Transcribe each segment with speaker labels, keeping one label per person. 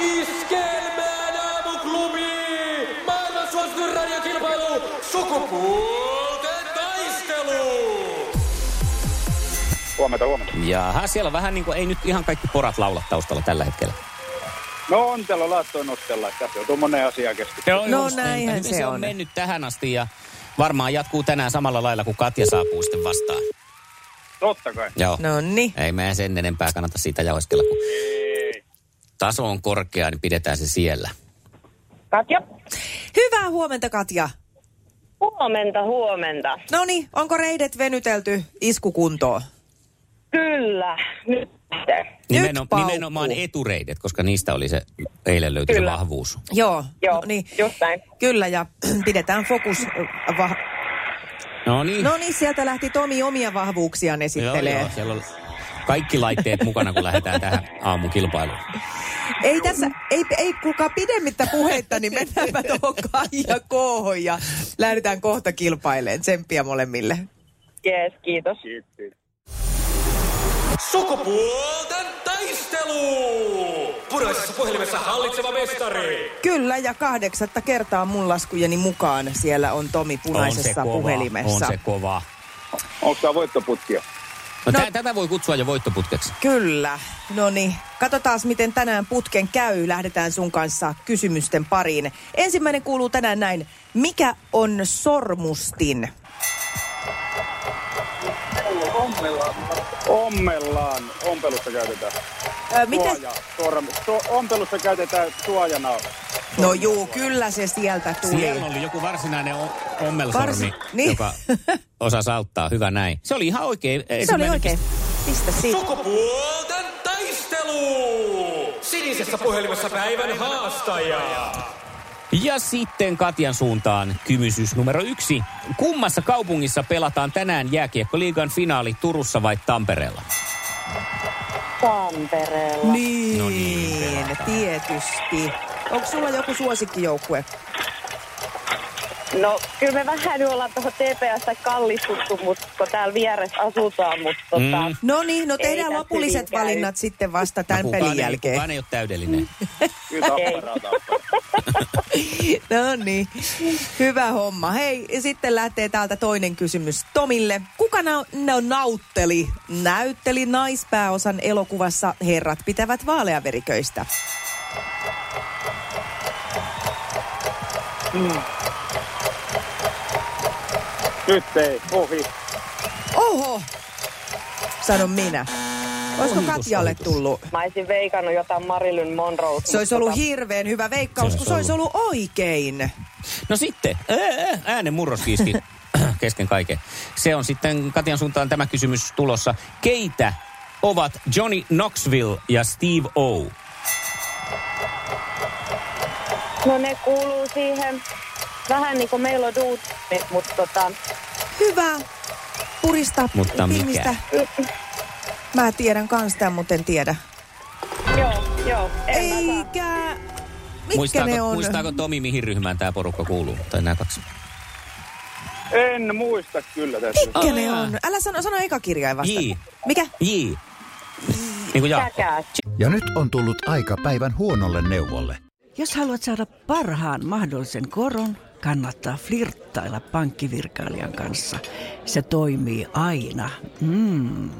Speaker 1: Iskelmään aamuklubi! Maailman suosituin radiokilpailu! Sukupuolten taistelu!
Speaker 2: Huomenta, huomenta.
Speaker 3: Jaha, siellä vähän niin kuin ei nyt ihan kaikki porat laula taustalla tällä hetkellä.
Speaker 2: No on tällä laattoon nostella, että tässä joutuu moneen asiaan keskustelemaan.
Speaker 3: Joo,
Speaker 4: No
Speaker 3: just niin.
Speaker 4: näinhän
Speaker 3: Hyvin
Speaker 4: se
Speaker 3: se on.
Speaker 4: on.
Speaker 3: mennyt tähän asti ja varmaan jatkuu tänään samalla lailla, kun Katja saapuu sitten vastaan.
Speaker 2: Totta kai.
Speaker 3: Joo.
Speaker 4: No niin.
Speaker 3: Ei meidän sen enempää kannata siitä jauheskella, kun taso on korkea, niin pidetään se siellä.
Speaker 5: Katja.
Speaker 4: Hyvää huomenta Katja.
Speaker 5: Huomenta, huomenta.
Speaker 4: No niin, onko reidet venytelty iskukuntoon?
Speaker 5: Kyllä. Nyt. lähtee.
Speaker 4: paukkuu.
Speaker 3: nimenomaan etureidet, koska niistä oli se eilen löytyi se
Speaker 5: Kyllä.
Speaker 3: vahvuus.
Speaker 4: Joo,
Speaker 5: Joo,
Speaker 4: no niin.
Speaker 5: just näin.
Speaker 4: Kyllä, ja pidetään fokus. Va-
Speaker 3: No niin.
Speaker 4: no niin, sieltä lähti Tomi omia vahvuuksiaan
Speaker 3: joo,
Speaker 4: esittelee.
Speaker 3: joo, siellä on kaikki laitteet mukana, kun lähdetään tähän aamukilpailuun.
Speaker 4: Ei tässä, ei, ei kuulkaa pidemmittä puheitta, niin mennäänpä tuohon Kaija Koohon ja lähdetään kohta kilpaileen. Tsemppiä molemmille.
Speaker 5: Jees, kiitos.
Speaker 2: Kiitti.
Speaker 1: Sukupuolten taistelu! Punaisessa puhelimessa hallitseva mestari!
Speaker 4: Kyllä, ja kahdeksatta kertaa mun laskujeni mukaan siellä on Tomi punaisessa
Speaker 3: on se kova,
Speaker 4: puhelimessa.
Speaker 3: On se kova.
Speaker 2: Onko tämä voittoputkia?
Speaker 3: No, no, tätä voi kutsua jo voittoputkeksi.
Speaker 4: Kyllä. No niin, katsotaan miten tänään putken käy. Lähdetään sun kanssa kysymysten pariin. Ensimmäinen kuuluu tänään näin. Mikä on sormustin?
Speaker 2: Ommellaan. Ompelussa käytetään.
Speaker 4: Ö, miten?
Speaker 2: Suoja. Sorm. So, ompelussa käytetään suojana.
Speaker 4: No juu, kyllä se sieltä tuli.
Speaker 3: Siellä oli joku varsinainen o- ommelsormi,
Speaker 4: Varsi- niin.
Speaker 3: niin. joka osasi auttaa. Hyvä näin. Se oli ihan oikein.
Speaker 4: Se oli oikein. Pistä siitä.
Speaker 1: Sukupuolten taistelu! Sinisessä puhelimessa päivän haastaja!
Speaker 3: Ja sitten Katjan suuntaan kymysys numero yksi. Kummassa kaupungissa pelataan tänään jääkiekkoliigan finaali Turussa vai Tampereella? No
Speaker 5: Tampereella.
Speaker 4: Niin,
Speaker 3: No niin, pelataan.
Speaker 4: tietysti. Onko sulla joku suosikkijoukkue?
Speaker 5: No, kyllä me vähän nyt ollaan tuohon TPS kallistuttu, mutta kun täällä vieressä asutaan, mutta tota,
Speaker 3: Mm.
Speaker 4: No niin, no
Speaker 5: Ei
Speaker 4: tehdään
Speaker 5: tässä
Speaker 4: lopulliset
Speaker 5: hyvin käy.
Speaker 4: valinnat sitten vasta tämän
Speaker 3: No kukaan
Speaker 4: pelin
Speaker 3: ei-
Speaker 4: jälkeen.
Speaker 3: Kukaan ei ole täydellinen.
Speaker 2: Kyllä tapparaa tapparaa.
Speaker 4: No niin, hyvä homma. Hei, ja sitten lähtee täältä toinen kysymys Tomille. Kuka na- na- nautteli, näytteli naispääosan elokuvassa Herrat pitävät vaaleaveriköistä?
Speaker 2: Nyt ei. Ohi.
Speaker 4: Oho, sanon minä. Olisiko
Speaker 3: Ohitus,
Speaker 4: Katjalle
Speaker 3: ohitus.
Speaker 4: tullut?
Speaker 5: mä olisin veikannut jotain Marilyn Monroe.
Speaker 4: Se olisi ollut hirveän hyvä veikkaus,
Speaker 3: Se
Speaker 4: kun
Speaker 3: olisi
Speaker 4: se olisi ollut oikein.
Speaker 3: No sitten, ää, ää, äänen murros kiiski kesken kaiken. Se on sitten Katjan suuntaan tämä kysymys tulossa. Keitä ovat Johnny Knoxville ja Steve O?
Speaker 5: No ne kuuluu siihen vähän niin kuin meillä on duutit, mutta tota,
Speaker 4: Hyvä. Purista
Speaker 3: Mutta mikä?
Speaker 4: pilmistä. Mä tiedän kans tämän, mutta en tiedä.
Speaker 5: joo, joo, en mä saa.
Speaker 4: Eikä... Mitkä
Speaker 3: muistaako,
Speaker 4: ne on?
Speaker 3: muistaako Tomi, mihin ryhmään tämä porukka kuuluu? Tai nämä kaksi?
Speaker 2: En muista kyllä tässä.
Speaker 4: Mikä ne
Speaker 3: Aa.
Speaker 4: on? Älä sano, sano eka kirjain vasta.
Speaker 3: J.
Speaker 4: Mikä?
Speaker 3: J. Niin kuin Jaakko.
Speaker 5: Käkäs.
Speaker 6: Ja nyt on tullut aika päivän huonolle neuvolle.
Speaker 7: Jos haluat saada parhaan mahdollisen koron, kannattaa flirttailla pankkivirkailijan kanssa. Se toimii aina. Mm.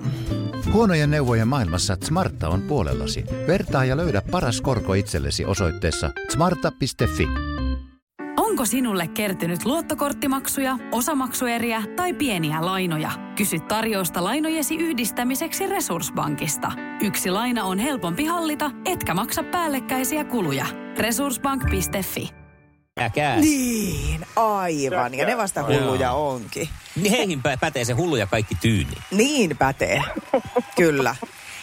Speaker 6: Huonojen neuvojen maailmassa Smarta on puolellasi. Vertaa ja löydä paras korko itsellesi osoitteessa smarta.fi.
Speaker 8: Onko sinulle kertynyt luottokorttimaksuja, osamaksueriä tai pieniä lainoja? Kysy tarjousta lainojesi yhdistämiseksi Resurssbankista. Yksi laina on helpompi hallita, etkä maksa päällekkäisiä kuluja. Resurssbank.fi
Speaker 3: Käkäs.
Speaker 4: Niin, aivan. Ja ne vasta hulluja
Speaker 3: Joo.
Speaker 4: onkin.
Speaker 3: Niin. Heihin pä- pätee se hullu ja kaikki tyyni.
Speaker 4: Niin pätee. Kyllä.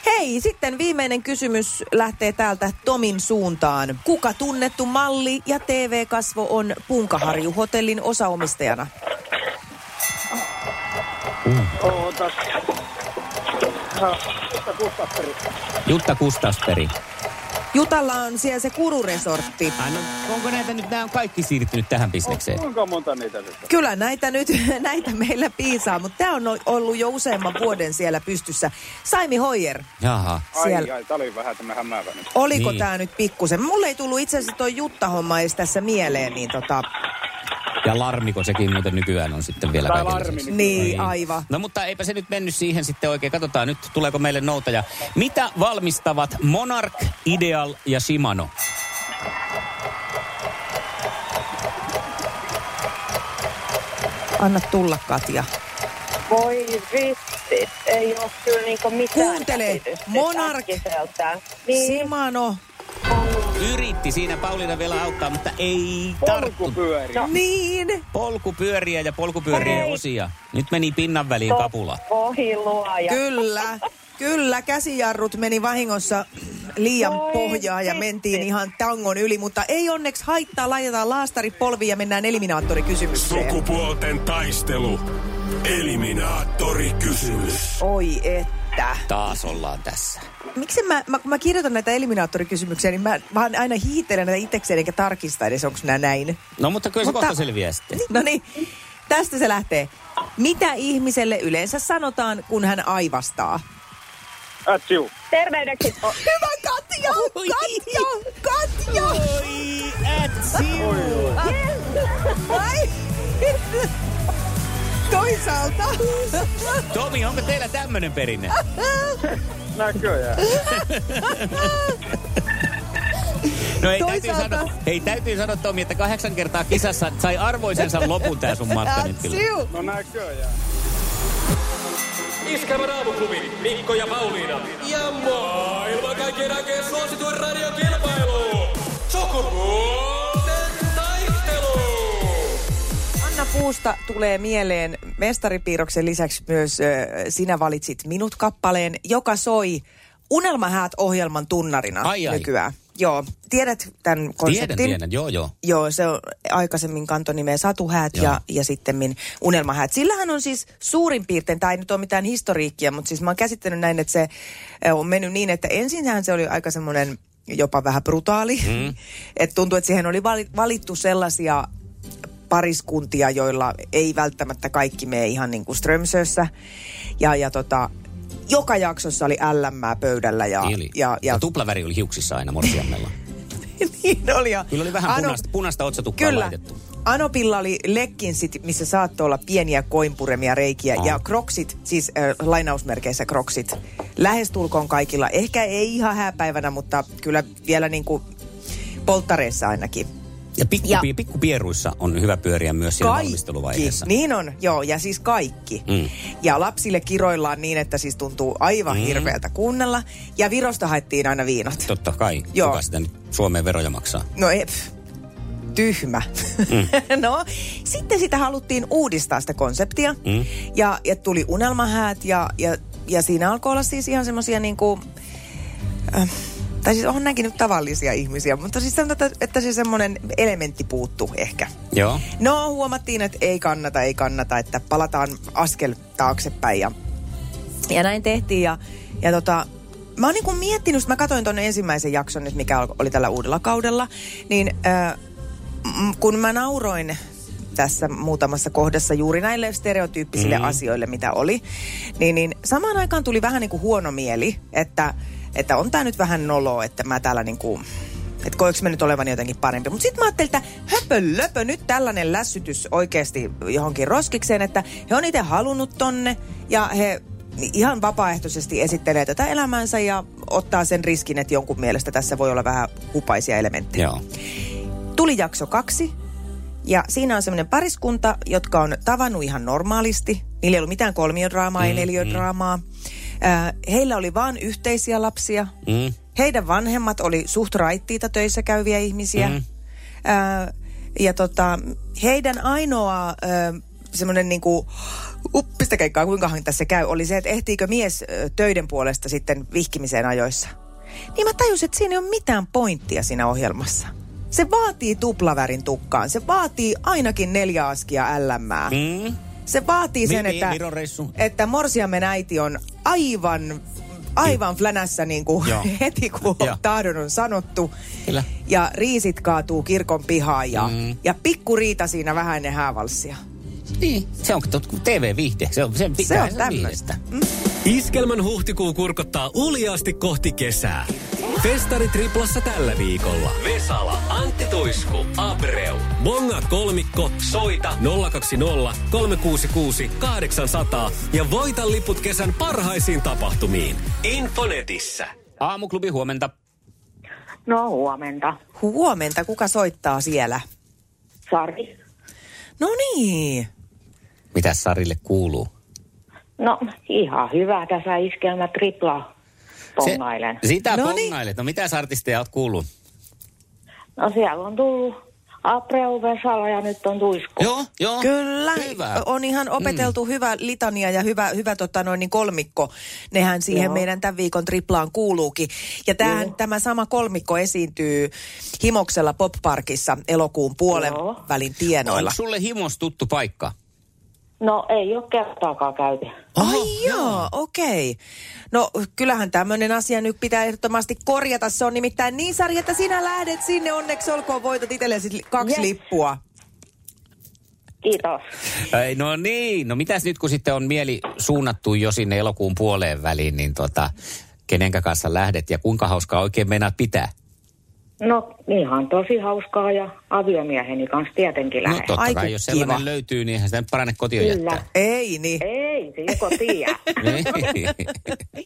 Speaker 4: Hei, sitten viimeinen kysymys lähtee täältä Tomin suuntaan. Kuka tunnettu malli ja TV-kasvo on Punkaharju-hotellin osaomistajana?
Speaker 5: Ootas. No, mutta Gustavsberg.
Speaker 3: Jutta Kustasperi.
Speaker 4: Jutalla on siellä se kururesortti.
Speaker 3: Ai no, onko näitä nyt, nämä on kaikki siirtynyt tähän bisnekseen?
Speaker 2: Kuinka monta niitä nyt on?
Speaker 4: Kyllä näitä nyt, näitä meillä piisaa, mutta tämä on ollut jo useamman vuoden siellä pystyssä. Saimi Hoyer,
Speaker 3: Jaha.
Speaker 2: Ai,
Speaker 4: Siellä.
Speaker 2: ai, tää oli vähän tämmönen hämäävä nyt.
Speaker 4: oliko
Speaker 3: Niin.
Speaker 4: tämä nyt pikkusen? Mulle ei tullut itse asiassa toi Jutta-homma edes tässä mieleen, niin tota,
Speaker 3: Ja larmiko sekin muuten nykyään on sitten vielä
Speaker 2: Tai
Speaker 3: kaiken
Speaker 2: larmi
Speaker 3: lisäksi.
Speaker 4: niin aivan.
Speaker 3: No mutta eipä se nyt mennyt siihen sitten oikein. Katsotaan nyt, tuleeko meille noutaja. Mitä valmistavat Monarch, Ideal ja Shimano?
Speaker 4: Anna tulla, Katja.
Speaker 5: Voi vitsit, ei ole kyllä niinku mitään
Speaker 4: Kuuntele,
Speaker 5: käsitystä
Speaker 4: Monark.
Speaker 5: äkkiseltään. Niin,
Speaker 4: Simano.
Speaker 3: Yritti siinä Pauliina vielä auttaa, mutta ei tarttu.
Speaker 2: Polkupyöri.
Speaker 5: No.
Speaker 4: Niin.
Speaker 3: Polkupyöriä ja polkupyörien
Speaker 5: Hei.
Speaker 3: osia. Nyt meni pinnan
Speaker 4: No.
Speaker 3: väliin kapula.
Speaker 5: voi luoja.
Speaker 4: Kyllä, kyllä. Käsijarrut meni vahingossa liian
Speaker 5: Voi
Speaker 4: pohjaan ja
Speaker 5: vitsi.
Speaker 4: mentiin ihan tangon yli, mutta ei onneksi haittaa. Laitetaan laastari polviin ja mennään eliminaattorikysymykseen.
Speaker 1: Sukupuolten taistelu. Eliminaattori kysymys.
Speaker 4: Oi että.
Speaker 3: Taas ollaan tässä.
Speaker 4: Miksi mä, mä, kun mä kirjoitan näitä eliminaattorikysymyksiä, niin mä vaan aina hiitelen näitä itsekseen eikä tarkista edes, onko nämä näin.
Speaker 3: No mutta kyllä se
Speaker 4: Mutta-
Speaker 3: kohta selviää sitten.
Speaker 4: No niin, tästä se lähtee. Mitä ihmiselle yleensä sanotaan, kun hän aivastaa?
Speaker 2: Ätsiu.
Speaker 5: Terveydeksi. O-
Speaker 4: Hyvä Katja! Katja! Katja!
Speaker 3: Oi, ätsiu.
Speaker 4: Ai! Toisaalta.
Speaker 3: Tomi, onko teillä tämmönen perinne?
Speaker 2: Näköjään.
Speaker 3: No ei täytyy,
Speaker 4: Toisaalta-
Speaker 3: sanoa, ei täytyy sanoa Tomi, että kahdeksan kertaa kisassa sai arvoisensa lopun tää sun matka nyt kyllä.
Speaker 4: Ätsiu.
Speaker 2: No näköjään.
Speaker 1: Iskelmän aamuklubi, Mikko ja Pauliina. Ja maailman kaikkien aikeen suosituen radiokilpailu. Sukupuolten taistelu.
Speaker 4: Anna Puusta tulee mieleen mestaripiirroksen lisäksi myös ö, Sinä valitsit minut kappaleen, joka soi Unelmahäät ohjelman tunnarina
Speaker 3: Ai, ai.
Speaker 4: nykyään. Joo, tiedät tämän konseptin?
Speaker 3: Tiedän, tiedän, joo joo.
Speaker 4: Joo, se on aikaisemmin kantonimeä Satuhäät
Speaker 3: Joo.
Speaker 4: ja, ja sitten Unelmahäät. Sillähän on siis suurin piirtein, tämä ei nyt ole mitään historiikkia, mutta siis mä oon käsittänyt näin, että se ö, on mennyt niin, että ensinhän se oli aika semmoinen jopa vähän brutaali. Mm. että tuntuu, että siihen oli vali- valittu sellaisia pariskuntia, joilla ei välttämättä kaikki mene ihan niin kuin Strömsössä. Ja, ja tota, joka jaksossa oli LMää pöydällä ja,
Speaker 3: Eli.
Speaker 4: ja, ja
Speaker 3: tuplaväri oli hiuksissa aina morsiammella.
Speaker 4: niin oli. ja
Speaker 3: Kyllä oli vähän
Speaker 4: Ano-
Speaker 3: punaista, punaista otsatukkaa
Speaker 4: Kyllä.
Speaker 3: laitettu.
Speaker 4: Anopilla oli lekkinsit, missä saattoi olla pieniä koinpuremia reikiä.
Speaker 3: Aa.
Speaker 4: Ja kroksit, siis äh, lainausmerkeissä kroksit, lähestulkoon kaikilla. Ehkä ei ihan hääpäivänä, mutta kyllä vielä niin kuin polttareissa ainakin.
Speaker 3: Ja, pikku, ja
Speaker 4: Ja-
Speaker 3: pikkupieruissa on hyvä pyöriä myös siinä valmisteluvaiheessa.
Speaker 4: Niin on, joo, ja siis kaikki.
Speaker 3: Mm.
Speaker 4: Mm. Ja lapsille kiroillaan niin, että siis tuntuu aivan mm. hirveältä kuunnella. Ja Virosta haettiin aina viinat.
Speaker 3: Totta kai,
Speaker 4: Joo.
Speaker 3: kuka sitä nyt Suomeen veroja maksaa.
Speaker 4: No ei, pff, tyhmä. Mm. no, sitten sitä haluttiin uudistaa sitä konseptia.
Speaker 3: Mm.
Speaker 4: Mm. Ja, ja tuli unelmahäät ja, ja, ja siinä alkoi olla siis ihan semmoisia niinku... Äh, tai siis onhan nämäkin nyt tavallisia ihmisiä, mutta siis sanotaan, että- että se semmoinen elementti puuttu ehkä.
Speaker 3: Joo.
Speaker 4: No huomattiin, että ei kannata, ei kannata, että palataan askel taaksepäin ja, ja näin tehtiin. Ja, ja tota, mä oon niinku miettinyt, sit mä katsoin tuonne ensimmäisen jakson nyt, mikä alko- oli tällä uudella kaudella, niin ö, m- kun mä nauroin tässä muutamassa kohdassa juuri näille stereotyyppisille mm. asioille, mitä oli, niin, niin samaan aikaan tuli vähän niin kuin huono mieli, että, että on tämä nyt vähän noloa, että mä täällä niin kuin, että koeks mä nyt olevan jotenkin parempi. Mutta sitten mä ajattelin, että höpö löpö, nyt tällainen lässytys oikeasti johonkin roskikseen, että he on itse halunnut tonne ja he ihan vapaaehtoisesti esittelee tätä elämäänsä ja ottaa sen riskin, että jonkun mielestä tässä voi olla vähän hupaisia elementtejä.
Speaker 3: Joo.
Speaker 4: Tuli jakso kaksi. Ja siinä on semmoinen pariskunta, jotka on tavannut ihan normaalisti. Niillä ei ollut mitään kolmiodraamaa, ei neliodraamaa. Äh, heillä oli vaan yhteisiä lapsia.
Speaker 3: Mm.
Speaker 4: Heidän vanhemmat oli suht raittiita töissä käyviä ihmisiä. Mm. Äh, ja tota, heidän ainoa äh, semmoinen niinku, uppista keikkaa, kuinkahan tässä käy, oli se, että ehtiikö mies äh, töiden puolesta sitten vihkimiseen ajoissa. Niin mä tajusin, että siinä ei ole mitään pointtia siinä ohjelmassa. Se vaatii tuplavärin tukkaan. Se vaatii ainakin neljä askia älämää.
Speaker 3: Mm.
Speaker 4: se vaatii sen,
Speaker 3: Niin, niin,
Speaker 4: että,
Speaker 3: Viron reissu.
Speaker 4: että morsiamen äiti on aivan aivan flänässä niin kuin
Speaker 3: Joo.
Speaker 4: heti, kun
Speaker 3: Joo.
Speaker 4: on tahdon on sanottu.
Speaker 3: Kyllä.
Speaker 4: Ja riisit kaatuu kirkon pihaan ja,
Speaker 3: Mm.
Speaker 4: mm. ja pikku riita siinä vähän ennen häävalssia.
Speaker 3: Niin, se on tot- TV-viihde. Se on, se,
Speaker 4: Se
Speaker 3: pitää
Speaker 4: on
Speaker 3: sen Mm.
Speaker 4: tämmöistä.
Speaker 3: viihdettä.
Speaker 9: Iskelmän huhtikuu kurkottaa uljaasti kohti kesää. Festari triplassa tällä viikolla. Vesala, Antti Tuisku, Abreu. Bonga kolmikko, soita 020 366 800 ja voita liput kesän parhaisiin tapahtumiin. Infonetissä.
Speaker 3: Aamuklubi huomenta.
Speaker 5: No huomenta.
Speaker 4: Huomenta, kuka soittaa siellä?
Speaker 5: Sari.
Speaker 4: No niin.
Speaker 3: Mitä Sarille kuuluu?
Speaker 5: No ihan hyvä tässä iskelmä tripla pongailen.
Speaker 3: Se, sitä
Speaker 4: Noniin.
Speaker 3: pongailet. No mitä artisteja oot kuullut?
Speaker 5: No siellä on tullut Apreu Vesala ja nyt on Tuisku.
Speaker 3: Joo, joo.
Speaker 4: Kyllä,
Speaker 3: Hyvä.
Speaker 4: on ihan opeteltu No, mm. hyvä litania ja hyvä, hyvä tota noin, niin kolmikko. Nehän siihen Joo.
Speaker 5: Joo.
Speaker 4: meidän tämän viikon triplaan kuuluukin. Ja tämähän, tämä sama kolmikko esiintyy Himoksella Popparkissa elokuun puolen Joo.
Speaker 5: Joo.
Speaker 4: välin tienoilla.
Speaker 3: Onko sulle himos tuttu paikka?
Speaker 5: No ei ole kertaakaan käyty.
Speaker 4: Ai joo, okei. No kyllähän tämmöinen asia nyt pitää ehdottomasti korjata. Se on nimittäin niin Sari, että sinä lähdet sinne. Onneksi olkoon voitot itsellesi li- kaksi yes.
Speaker 5: Yes.
Speaker 4: lippua.
Speaker 5: Kiitos.
Speaker 3: Ei, no niin. No mitäs nyt, kun sitten on mieli suunnattu jo sinne elokuun puoleen väliin, niin tota, kenenkä kanssa lähdet ja kuinka hauskaa oikein meinaat pitää?
Speaker 5: No ihan tosi hauskaa ja aviomieheni kanssa tietenkin
Speaker 3: No
Speaker 5: lähden.
Speaker 3: totta
Speaker 4: Ai,
Speaker 3: Ai,
Speaker 4: kun
Speaker 3: kai, jos sellainen
Speaker 4: kiva.
Speaker 3: löytyy, niin eihän sitä nyt parane kotiin
Speaker 5: Kyllä.
Speaker 3: jättää.
Speaker 4: Ei niin.
Speaker 5: Ei, se joko tiedä.
Speaker 3: Niin.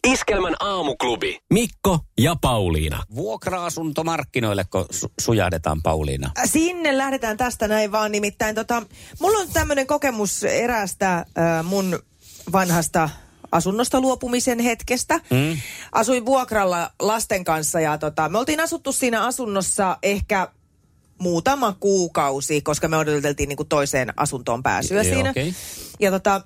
Speaker 9: Iskelmän aamuklubi. Mikko ja Pauliina.
Speaker 3: Vuokra-asuntomarkkinoille, kun su- sujahdetaan Pauliina.
Speaker 4: Sinne lähdetään tästä näin vaan nimittäin. Tota, mulla on tämmöinen kokemus eräästä äh, mun vanhasta asunnosta luopumisen hetkestä. Mm. Asuin vuokralla lasten kanssa ja tota, me oltiin asuttu siinä asunnossa ehkä muutama kuukausi, koska me odoteltiin niin kuin toiseen asuntoon pääsyä
Speaker 3: Joo,
Speaker 4: siinä.
Speaker 3: okei.
Speaker 4: Ja tota,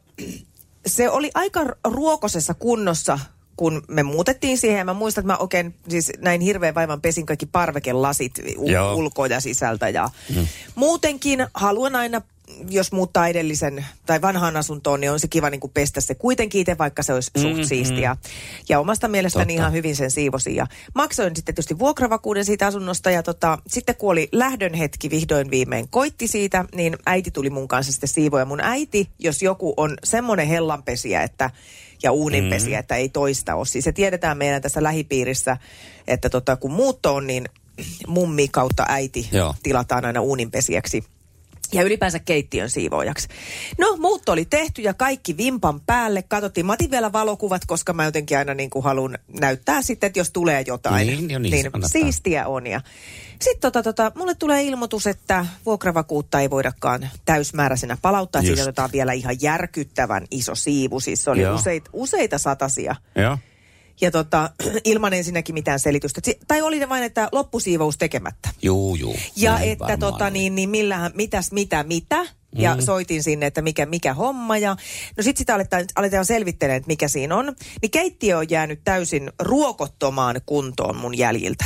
Speaker 4: se oli aika ruokosessa kunnossa, kun me muutettiin siihen. Ja Mä muistan, että mä oikein siis näin hirveän vaivan pesin kaikki parvekelasit
Speaker 3: Joo.
Speaker 4: u- ulkoa ja sisältä. Ja mm. Muutenkin haluan aina, jos muuttaa edellisen tai vanhaan asuntoon, niin on se kiva niin kuin pestä se kuitenkin itse, vaikka se olisi mm, suht siistiä. Ja omasta mielestäni
Speaker 3: Totta.
Speaker 4: ihan hyvin sen siivosin. Ja maksoin sitten tietysti vuokravakuuden siitä asunnosta ja tota, sitten kun oli lähdön hetki vihdoin viimein koitti siitä, niin äiti tuli mun kanssa sitten siivoja. Mun äiti, jos joku on semmoinen hellanpesiä, että ja uuninpesiä, mm. että ei toista ole. Siis se tiedetään meidän tässä lähipiirissä, että tota, kun muutto on, niin mummi kautta äiti
Speaker 3: Joo.
Speaker 4: tilataan aina uuninpesijäksi ja ylipäänsä keittiön siivoojaksi. No, muutto oli tehty ja kaikki vimpan päälle. Katsottiin, mä otin vielä valokuvat, koska mä jotenkin aina niin kuin haluan näyttää sitten, että jos tulee jotain.
Speaker 3: Niin, joo, niin, se kannattaa.
Speaker 4: siistiä on. Ja sitten tota, tota, mulle tulee ilmoitus, että vuokravakuutta ei voidakaan täysmääräisenä palauttaa. Siitä
Speaker 3: Just.
Speaker 4: otetaan vielä ihan järkyttävän iso siivu. Siis se oli
Speaker 3: Joo.
Speaker 4: useita, useita satasia
Speaker 3: Joo.
Speaker 4: ja tota, ilman ensinnäkin mitään selitystä. Si- Tai oli ne vain, että loppusiivous tekemättä.
Speaker 3: Juu, juu.
Speaker 4: Ja
Speaker 3: Näin
Speaker 4: Näin että
Speaker 3: varmaan
Speaker 4: tota
Speaker 3: on. Mm-hmm.
Speaker 4: niin, niin millähän, mitäs, mitä, mitä. Ja mm. soitin sinne, että mikä, mikä homma. Ja, no sit sitä aletaan, aletaan selvittelemään, että mikä siinä on. Niin keittiö on jäänyt täysin ruokottomaan kuntoon mun jäljiltä.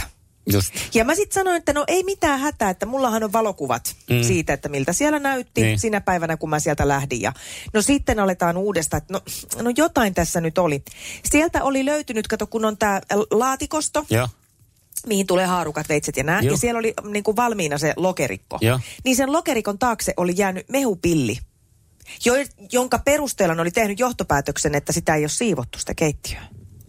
Speaker 3: Just.
Speaker 4: Ja mä sitten sanoin, että no ei mitään hätää, että mullahan on valokuvat mm. siitä, että miltä siellä näytti
Speaker 3: Niin.
Speaker 4: niin. sinä päivänä, kun mä sieltä lähdin. Ja no sitten aletaan uudestaan, että no, no jotain tässä nyt oli. Sieltä oli löytynyt, kato kun on tämä laatikosto,
Speaker 3: Joo.
Speaker 4: mihin tulee haarukat, veitset ja nää.
Speaker 3: Joo.
Speaker 4: Ja siellä oli niin kuin valmiina se lokerikko.
Speaker 3: Joo.
Speaker 4: Niin sen lokerikon taakse oli jäänyt mehupilli, jo, jonka perusteella ne oli tehnyt johtopäätöksen, että sitä ei ole siivottu sitä keittiöä.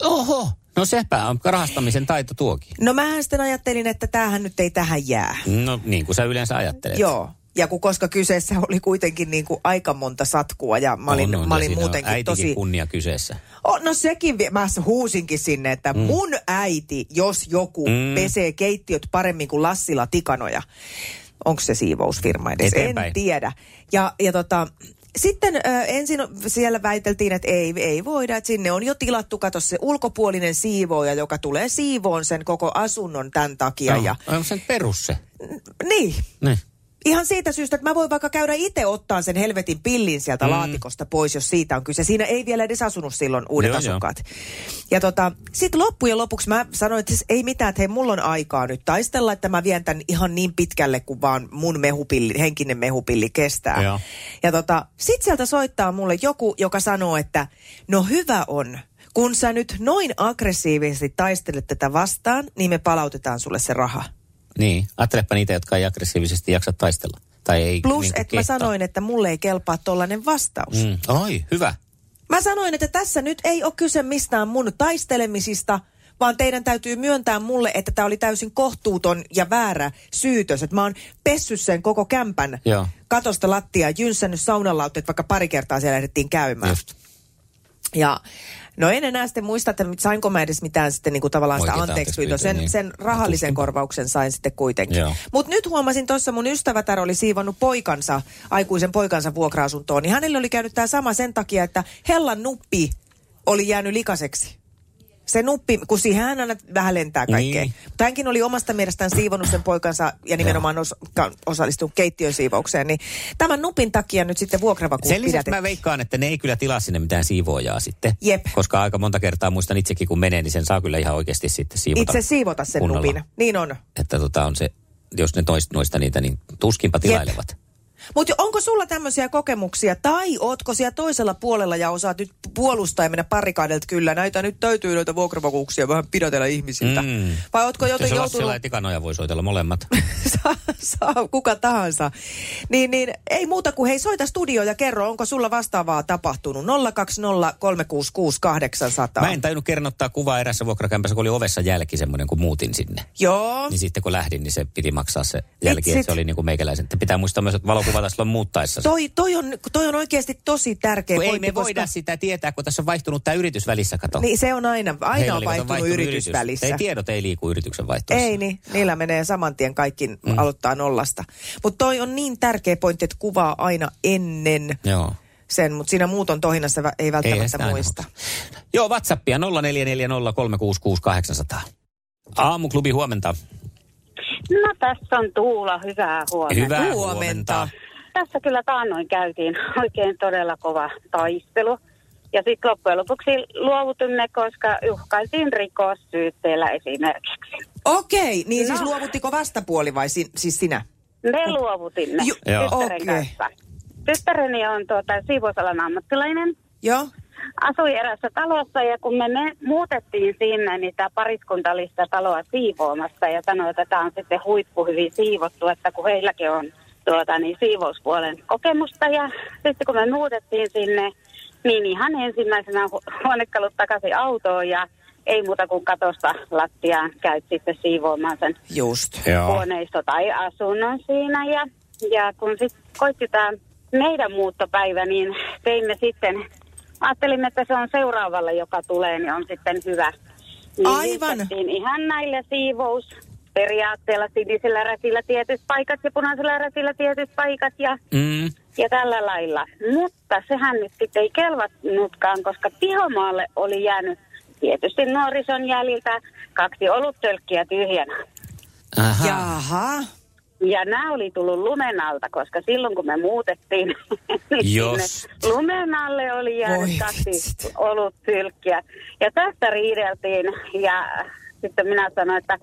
Speaker 3: Oho. No sepä on rahastamisen taito tuokin.
Speaker 4: No mähän sitten ajattelin, että tämähän nyt ei tähän jää.
Speaker 3: No niin kuin sä yleensä ajattelet.
Speaker 4: Joo. Ja kun, koska kyseessä oli kuitenkin niin kuin aika monta satkua ja mä olin,
Speaker 3: On, on,
Speaker 4: mä
Speaker 3: ja
Speaker 4: olin
Speaker 3: siinä on
Speaker 4: muutenkin
Speaker 3: äitikin
Speaker 4: tosi...
Speaker 3: kunnia kyseessä.
Speaker 4: Oh, no sekin, vi- mä huusinkin sinne, että mm. mun äiti, jos joku mm. pesee keittiöt paremmin kuin Lassila tikanoja. Onko se siivousfirma edes?
Speaker 3: Eteenpäin.
Speaker 4: En tiedä. Ja, ja tota, sitten ö, ensin siellä väiteltiin, että ei, ei voida, että sinne on jo tilattu, kato se ulkopuolinen siivooja, joka tulee
Speaker 3: No,
Speaker 4: siivoon sen koko asunnon tämän takia. Ja,
Speaker 3: Onko se nyt perus se?
Speaker 4: niin,
Speaker 3: Niin.
Speaker 4: Ihan siitä syystä, että mä voin vaikka käydä itse ottaa sen helvetin pillin sieltä mm. laatikosta pois, jos siitä on kyse. Siinä ei vielä edes asunut silloin uudet
Speaker 3: Joo,
Speaker 4: joo,
Speaker 3: joo.
Speaker 4: asukkaat. Ja tota, sitten loppujen lopuksi mä sanoin, että siis ei mitään, että hei, mulla on aikaa nyt taistella, että mä vien tämän ihan niin pitkälle, kuin vaan mun mehupilli, henkinen mehupilli kestää.
Speaker 3: Joo.
Speaker 4: Ja tota, sit sieltä soittaa mulle joku, joka sanoo, että no hyvä on, kun sä nyt noin aggressiivisesti taistelet tätä vastaan, niin me palautetaan sulle se raha.
Speaker 3: Niin, ajattelepa niitä, jotka ei aggressiivisesti jaksa taistella. Tai ei
Speaker 4: Plus,
Speaker 3: niinku
Speaker 4: että mä
Speaker 3: kehtaa.
Speaker 4: sanoin, että mulle ei kelpaa tollainen vastaus. Mm.
Speaker 3: Mm. Oi, hyvä.
Speaker 4: Mä sanoin, että tässä nyt ei ole kyse mistään mun taistelemisista, vaan teidän täytyy myöntää mulle, että tämä oli täysin kohtuuton ja väärä syytös. Että mä oon pessyt sen koko kämpän
Speaker 3: Joo.
Speaker 4: katosta lattiaa, jynsännyt saunalautteet, vaikka pari kertaa siellä ehdittiin käymään.
Speaker 3: Just.
Speaker 4: Ja no en enää sitten muista, että sainko mä edes mitään sitten niinku tavallaan sitä
Speaker 3: Oikeita
Speaker 4: anteeksi pyyntöä.
Speaker 3: anteeksipyyntöä,
Speaker 4: Sen,
Speaker 3: niin.
Speaker 4: niin. sen rahallisen
Speaker 3: Tuskinpa.
Speaker 4: korvauksen sain sitten kuitenkin.
Speaker 3: Joo.
Speaker 4: Mutta nyt huomasin tuossa mun ystävätär oli siivonnut poikansa, aikuisen poikansa vuokra-asuntoon. Niin hänelle oli käynyt tämä sama sen takia, että hellan nuppi oli jäänyt likaseksi. Se nuppi, kun siihen hän aina vähän lentää kaikkea.
Speaker 3: Niin.
Speaker 4: Niin. Mutta hänkin oli omasta mielestään siivonut sen poikansa ja nimenomaan os, ka- osallistunut keittiön siivoukseen. Niin tämän nupin takia nyt sitten vuokravakuus
Speaker 3: Sen lisäksi
Speaker 4: pidätettiin.
Speaker 3: mä veikkaan, että ne ei kyllä tilaa sinne mitään siivoojaa sitten.
Speaker 4: Jep.
Speaker 3: Koska aika monta kertaa muistan itsekin, kun menee, niin sen saa kyllä ihan oikeasti sitten siivota.
Speaker 4: Itse siivota sen
Speaker 3: kunnolla.
Speaker 4: nupin. Niin on.
Speaker 3: Että tota on se, jos ne toist, noista niitä, niin tuskinpa tilailevat. Jep.
Speaker 4: Mutta onko sulla tämmöisiä kokemuksia, tai ootko siellä toisella puolella ja osaat nyt puolustaa ja mennä parikaadelta kyllä, näitä nyt täytyy noita vuokravakuuksia vähän pidätellä ihmisiltä.
Speaker 3: Mm.
Speaker 4: Mm. Vai ootko
Speaker 3: Jos
Speaker 4: joten
Speaker 3: Lassila
Speaker 4: joutunut,
Speaker 3: ja Tikanoja voi soitella molemmat.
Speaker 4: saa, saa kuka tahansa, niin, niin ei muuta kuin hei soita studioon ja kerro, onko sulla vastaavaa tapahtunut. 020 366 800.
Speaker 3: Mä en tajunnut kerrottaa kuvaa erässä vuokrakämpässä, kun oli ovessa jälki semmoinen, kun muutin sinne.
Speaker 4: Joo.
Speaker 3: Niin sitten kun lähdin, niin se piti maksaa se jälki,
Speaker 4: No. Vitsit.
Speaker 3: että se oli niin kuin meikäläisen. Että pitää muistaa myös, että valokuvata silloin muuttaessa.
Speaker 4: Toi, toi, on, toi on oikeasti tosi tärkeä
Speaker 3: kun ei
Speaker 4: pointti,
Speaker 3: me voida
Speaker 4: koska-
Speaker 3: sitä tietää, kun tässä on vaihtunut tämä yritys välissä, kato.
Speaker 4: Niin se on aina, aina
Speaker 3: Heillä
Speaker 4: on
Speaker 3: oli, kato,
Speaker 4: vaihtunut yritys välissä.
Speaker 3: Ei tiedot ei liiku yrityksen vaihtuessa.
Speaker 4: Ei niin, niillä menee saman tien kaikki mm. aloittaa nollasta. Mutta toi on niin tärkeä pointti, että kuvaa aina ennen
Speaker 3: Joo.
Speaker 4: sen, mutta siinä muuton tohinassa vä- ei
Speaker 3: Eihän
Speaker 4: välttämättä
Speaker 3: sitä aina
Speaker 4: muista.
Speaker 3: ole. Joo, Whatsappia 0440366800. Aamuklubi huomenta.
Speaker 5: No tässä on Tuula, hyvää huomenta.
Speaker 3: Hyvää
Speaker 4: Huomenta.
Speaker 3: huomenta.
Speaker 5: Tässä kyllä taannoin käytiin oikein todella kova taistelu. Ja sitten loppujen lopuksi luovutimme, koska uhkailtiin rikossyytteellä esimerkiksi.
Speaker 4: Okei, niin no. siis
Speaker 5: No.
Speaker 4: luovuttiko vastapuoli vai si- siis sinä?
Speaker 5: Me luovutimme
Speaker 4: Ju-
Speaker 3: Joo.
Speaker 5: tyttären
Speaker 4: Okei.
Speaker 5: kanssa. Tyttäreni on tuota, siivousalan ammattilainen.
Speaker 4: Joo.
Speaker 5: Asui erässä talossa ja kun me, me muutettiin sinne, niin tämä pariskunta oli sitä taloa siivoamassa ja sanoi, että tämä on sitten huippuhyvin siivottu, että kun heilläkin on tuota, niin siivouspuolen kokemusta. Ja sitten kun me muutettiin sinne, niin ihan ensimmäisenä hu- huonekalut takaisin autoon ja ei muuta kuin katosta lattiaan käyt sitten siivoamaan sen
Speaker 4: Just.
Speaker 5: huoneisto tai asunnon siinä. Ja, ja kun sitten koitti tämä meidän muuttopäivä, niin teimme sitten, ajattelimme, että se on seuraavalle, joka tulee, niin on sitten hyvä. Niin
Speaker 4: Aivan.
Speaker 5: listattiin ihan näillä siivous periaatteella sinisellä rätillä tietyt paikat ja punaisella rätillä tietyt paikat ja,
Speaker 3: Mm.
Speaker 5: ja tällä lailla. Mutta sehän nyt sitten ei kelvannutkaan, koska pihomaalle oli jäänyt tietysti nuorison jäljiltä kaksi oluttölkkiä tyhjänä.
Speaker 3: Aha.
Speaker 4: Jaha.
Speaker 5: Ja nämä oli tullut lumen alta, koska silloin kun me muutettiin, niin
Speaker 3: Jos.
Speaker 5: sinne lumen alle oli jäänyt
Speaker 4: Voi
Speaker 5: kaksi
Speaker 4: vitsit.
Speaker 5: ollut tylkkiä. Ja tästä riideltiin ja sitten minä sanoin, että,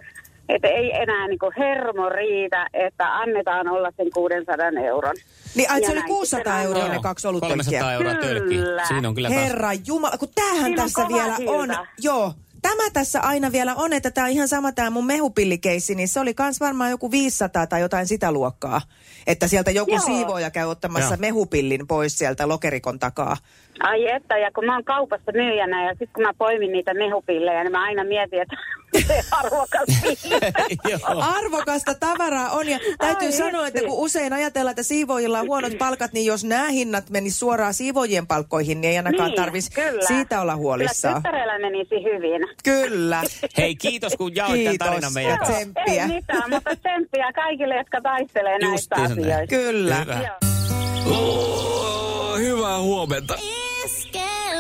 Speaker 5: että ei enää niin kuin hermo riitä, että annetaan olla sen 600 euron.
Speaker 4: Niin ai,
Speaker 5: Ja
Speaker 4: se oli
Speaker 5: näin
Speaker 4: 600
Speaker 5: sitten
Speaker 4: euroa
Speaker 5: on.
Speaker 4: ne
Speaker 3: Joo,
Speaker 4: kaksi ollut
Speaker 3: 300 euroa tölkki.
Speaker 5: Kyllä.
Speaker 3: Siinä on kyllä taas...
Speaker 4: Herra Jumala, kun tämähän
Speaker 5: Siinä on
Speaker 4: tässä
Speaker 5: kova
Speaker 4: vielä
Speaker 5: silta.
Speaker 4: on. Joo. Tämä tässä aina vielä on, että tämä ihan sama tämä mun mehupillikeissi, niin se oli kans varmaan joku 500 tai jotain sitä luokkaa. Että sieltä joku
Speaker 5: Joo.
Speaker 4: siivooja käy ottamassa
Speaker 3: Joo.
Speaker 4: mehupillin pois sieltä lokerikon takaa.
Speaker 5: Ai että, ja kun mä oon kaupassa myyjänä ja sitten kun mä poimin niitä mehupillejä, niin mä aina mietin, että se arvokas pilli.
Speaker 3: Joo.
Speaker 4: Arvokasta tavaraa on ja täytyy
Speaker 5: Oh. Ai
Speaker 4: sanoa, että
Speaker 5: vitsi.
Speaker 4: kun usein ajatellaan, että siivoojilla on huonot palkat, niin jos nämä hinnat menisi suoraan siivoojien palkkoihin, niin ei ainakaan tarvitsisi
Speaker 5: kyllä.
Speaker 4: siitä olla huolissaan.
Speaker 5: Kyllä tyttärellä menisi hyvin.
Speaker 4: Kyllä.
Speaker 3: Hei, kiitos kun jaoit tämän
Speaker 4: Kiitos.
Speaker 3: tarinan meidän
Speaker 4: Joo.
Speaker 3: kanssa.
Speaker 4: Tsemppiä.
Speaker 5: Ei mitään, mutta tsemppiä kaikille, jotka taistelee näistä
Speaker 3: Justiinsa näin.
Speaker 5: asioista.
Speaker 4: Kyllä.
Speaker 3: Hyvä.
Speaker 5: Joo.
Speaker 9: Oh, hyvää huomenta.